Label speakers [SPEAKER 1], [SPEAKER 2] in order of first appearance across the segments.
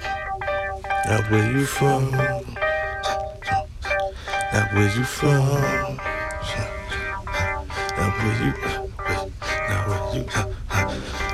[SPEAKER 1] That where you from? That where you from? That where you? That where you?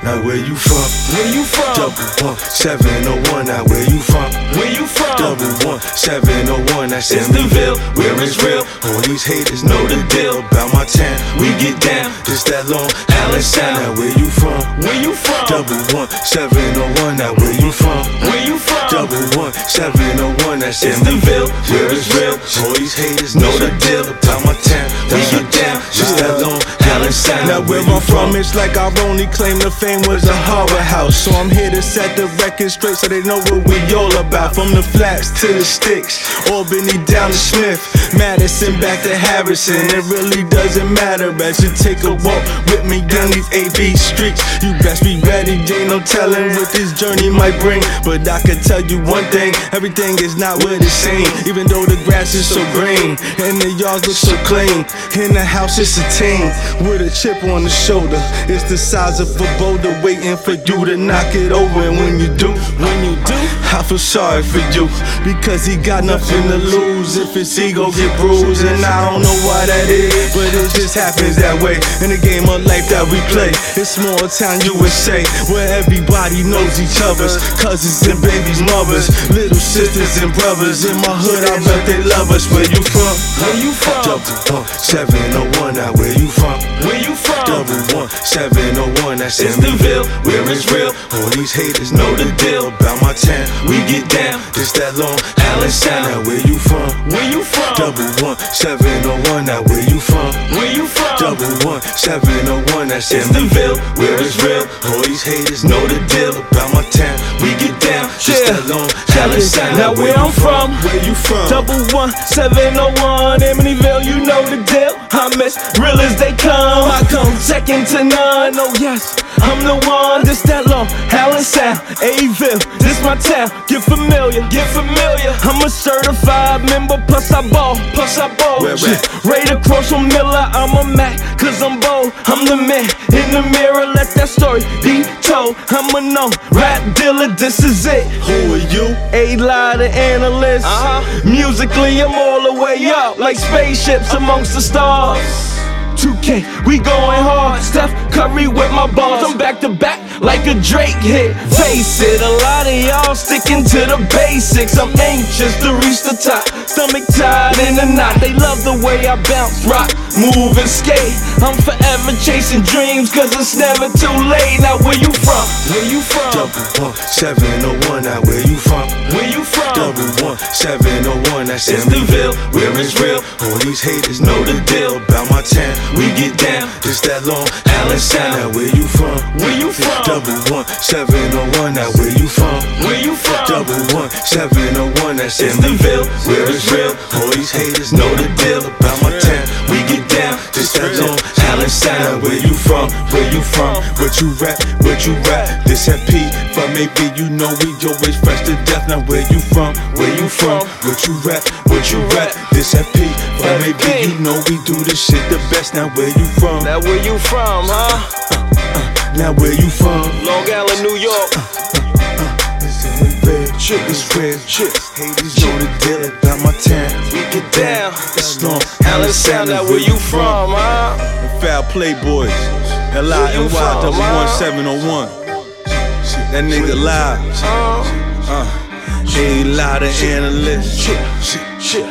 [SPEAKER 1] Now where you from?
[SPEAKER 2] Where you from?
[SPEAKER 1] Double one seven oh one. Now where you from?
[SPEAKER 2] Where you from?
[SPEAKER 1] Double one seven oh one. That's
[SPEAKER 2] It's
[SPEAKER 1] in
[SPEAKER 2] the Ville,
[SPEAKER 1] where it's real. All these haters know the deal. About my town, we get down. Just that long Island sound. Now where you from?
[SPEAKER 2] Where you from?
[SPEAKER 1] Double one seven oh one. Now where you from?
[SPEAKER 2] Where you from?
[SPEAKER 1] Double one, seven oh one, that's in
[SPEAKER 2] It's
[SPEAKER 1] the
[SPEAKER 2] the
[SPEAKER 1] bill.
[SPEAKER 2] Ville,
[SPEAKER 1] Where is real? All these haters know the deal. Down my town, we get down. Just that long Island sound.
[SPEAKER 3] Now where I'm from, it's like our only claim to fame was a horror house. So I'm here to set the record straight so they know what we all about. From the flats to the sticks, Albany down to Smith, Madison back to Harrison. It really doesn't matter as you take a walk with me down these AB streets. You best be ready, ain't no telling what this journey might bring. But I can tell you one thing, everything is not what it seems. Even though the grass is so green, and the yards look so clean. In the house, it's a team with a chip on the shoulder. It's the size of a boulder waiting for you to knock it over. And when you do, when you do, I feel sorry for you because he got nothing to lose if his ego get bruised. And I don't know why that is, but it just happens that way in the game of life that we play. It's small town USA where everybody knows each other's cousins and babies, mothers, little sisters and brothers. In my hood, I bet they love us. Where you from?
[SPEAKER 2] Where you from?
[SPEAKER 1] Double one, seven oh one. Now where you from?
[SPEAKER 2] Where you from?
[SPEAKER 1] Double one, seven oh one. That's
[SPEAKER 2] It's
[SPEAKER 1] in the
[SPEAKER 2] the
[SPEAKER 1] Ville,
[SPEAKER 2] Ville,
[SPEAKER 1] where it's real. All these haters know the deal. About my town, we get down. Just that long Island sound. Now where you from?
[SPEAKER 2] Where you from?
[SPEAKER 1] Double one, seven oh one. Now where you from?
[SPEAKER 2] Where you from?
[SPEAKER 1] Double one, seven oh one, that's in
[SPEAKER 2] It's
[SPEAKER 1] the
[SPEAKER 2] the
[SPEAKER 1] Ville,
[SPEAKER 2] Ville,
[SPEAKER 1] where it's real. All these haters know the deal about my town. We get down, just
[SPEAKER 2] Yeah.
[SPEAKER 1] that long Island sound.
[SPEAKER 2] Now where I'm from?
[SPEAKER 3] Where you from?
[SPEAKER 2] Double one, seven oh one, Amityville, you know the deal. I'm as real as they come. I come second to none. Oh yes, I'm the one. This that long, Howlin' Sound, Aville. This my town. Get familiar, get familiar. I'm a certified member. Plus I ball, plus I ball.
[SPEAKER 1] Where at?
[SPEAKER 2] Right across from Miller, I'm a Mac, cause I'm bold. I'm the man in the mirror, let that story be told. I'm a known rap dealer, this is it.
[SPEAKER 3] Who are you?
[SPEAKER 2] A lot of analysts. Uh-huh. Musically, I'm all the way up, like spaceships amongst the stars. 2K, we going hard. Steph Curry with my balls. I'm back to back like a Drake hit. Face it, a lot of y'all sticking to the basics. I'm anxious to reach the top. Stomach tied in a knot. They love the way I bounce, rock, move, and skate. I'm forever chasing dreams, cause it's never too late. Now, where you from? Where you from?
[SPEAKER 1] Double one, seven oh one, now where you from?
[SPEAKER 2] Where you from?
[SPEAKER 1] Double one, seven oh one, that's in
[SPEAKER 2] It's
[SPEAKER 1] the
[SPEAKER 2] the
[SPEAKER 1] Ville,
[SPEAKER 2] Ville,
[SPEAKER 1] where it's real. All these haters know the deal about my town. We get down, just that long Island sound. Now where you from?
[SPEAKER 2] Where you from?
[SPEAKER 1] Double one, seven oh one, now where you from?
[SPEAKER 2] Where you from?
[SPEAKER 1] Double one, seven oh one, that's in
[SPEAKER 2] It's
[SPEAKER 1] the
[SPEAKER 2] the
[SPEAKER 1] Ville,
[SPEAKER 2] Ville,
[SPEAKER 1] where it's real. All these haters know the deal about my town. We get down, just that long Island sound. Where you from? Where you from? What you rap? What you rap? This MP, but maybe you know we always fresh to death. Now where you from? Where you from? What you rap? What you rap? This MP, but maybe you know we do this shit the best. Now where you from?
[SPEAKER 2] Now where you from, huh?
[SPEAKER 1] Now where you from?
[SPEAKER 2] Long Island, New York.
[SPEAKER 1] It's in the bed, shit is real, shit. Hades know the deal about my town. We get down, it's long.
[SPEAKER 2] Allen
[SPEAKER 1] Allen
[SPEAKER 2] Sound,
[SPEAKER 1] Sound,
[SPEAKER 2] now where you from, huh?
[SPEAKER 3] Foul Playboys.
[SPEAKER 2] Where you
[SPEAKER 1] oh
[SPEAKER 2] from,
[SPEAKER 3] L-I-N-Y-W-1-701. That nigga live.
[SPEAKER 2] Uh,
[SPEAKER 3] Hey, lot of analysts.
[SPEAKER 1] Shit, shit, shit,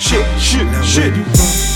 [SPEAKER 1] shit, shit, shit. Now where you from?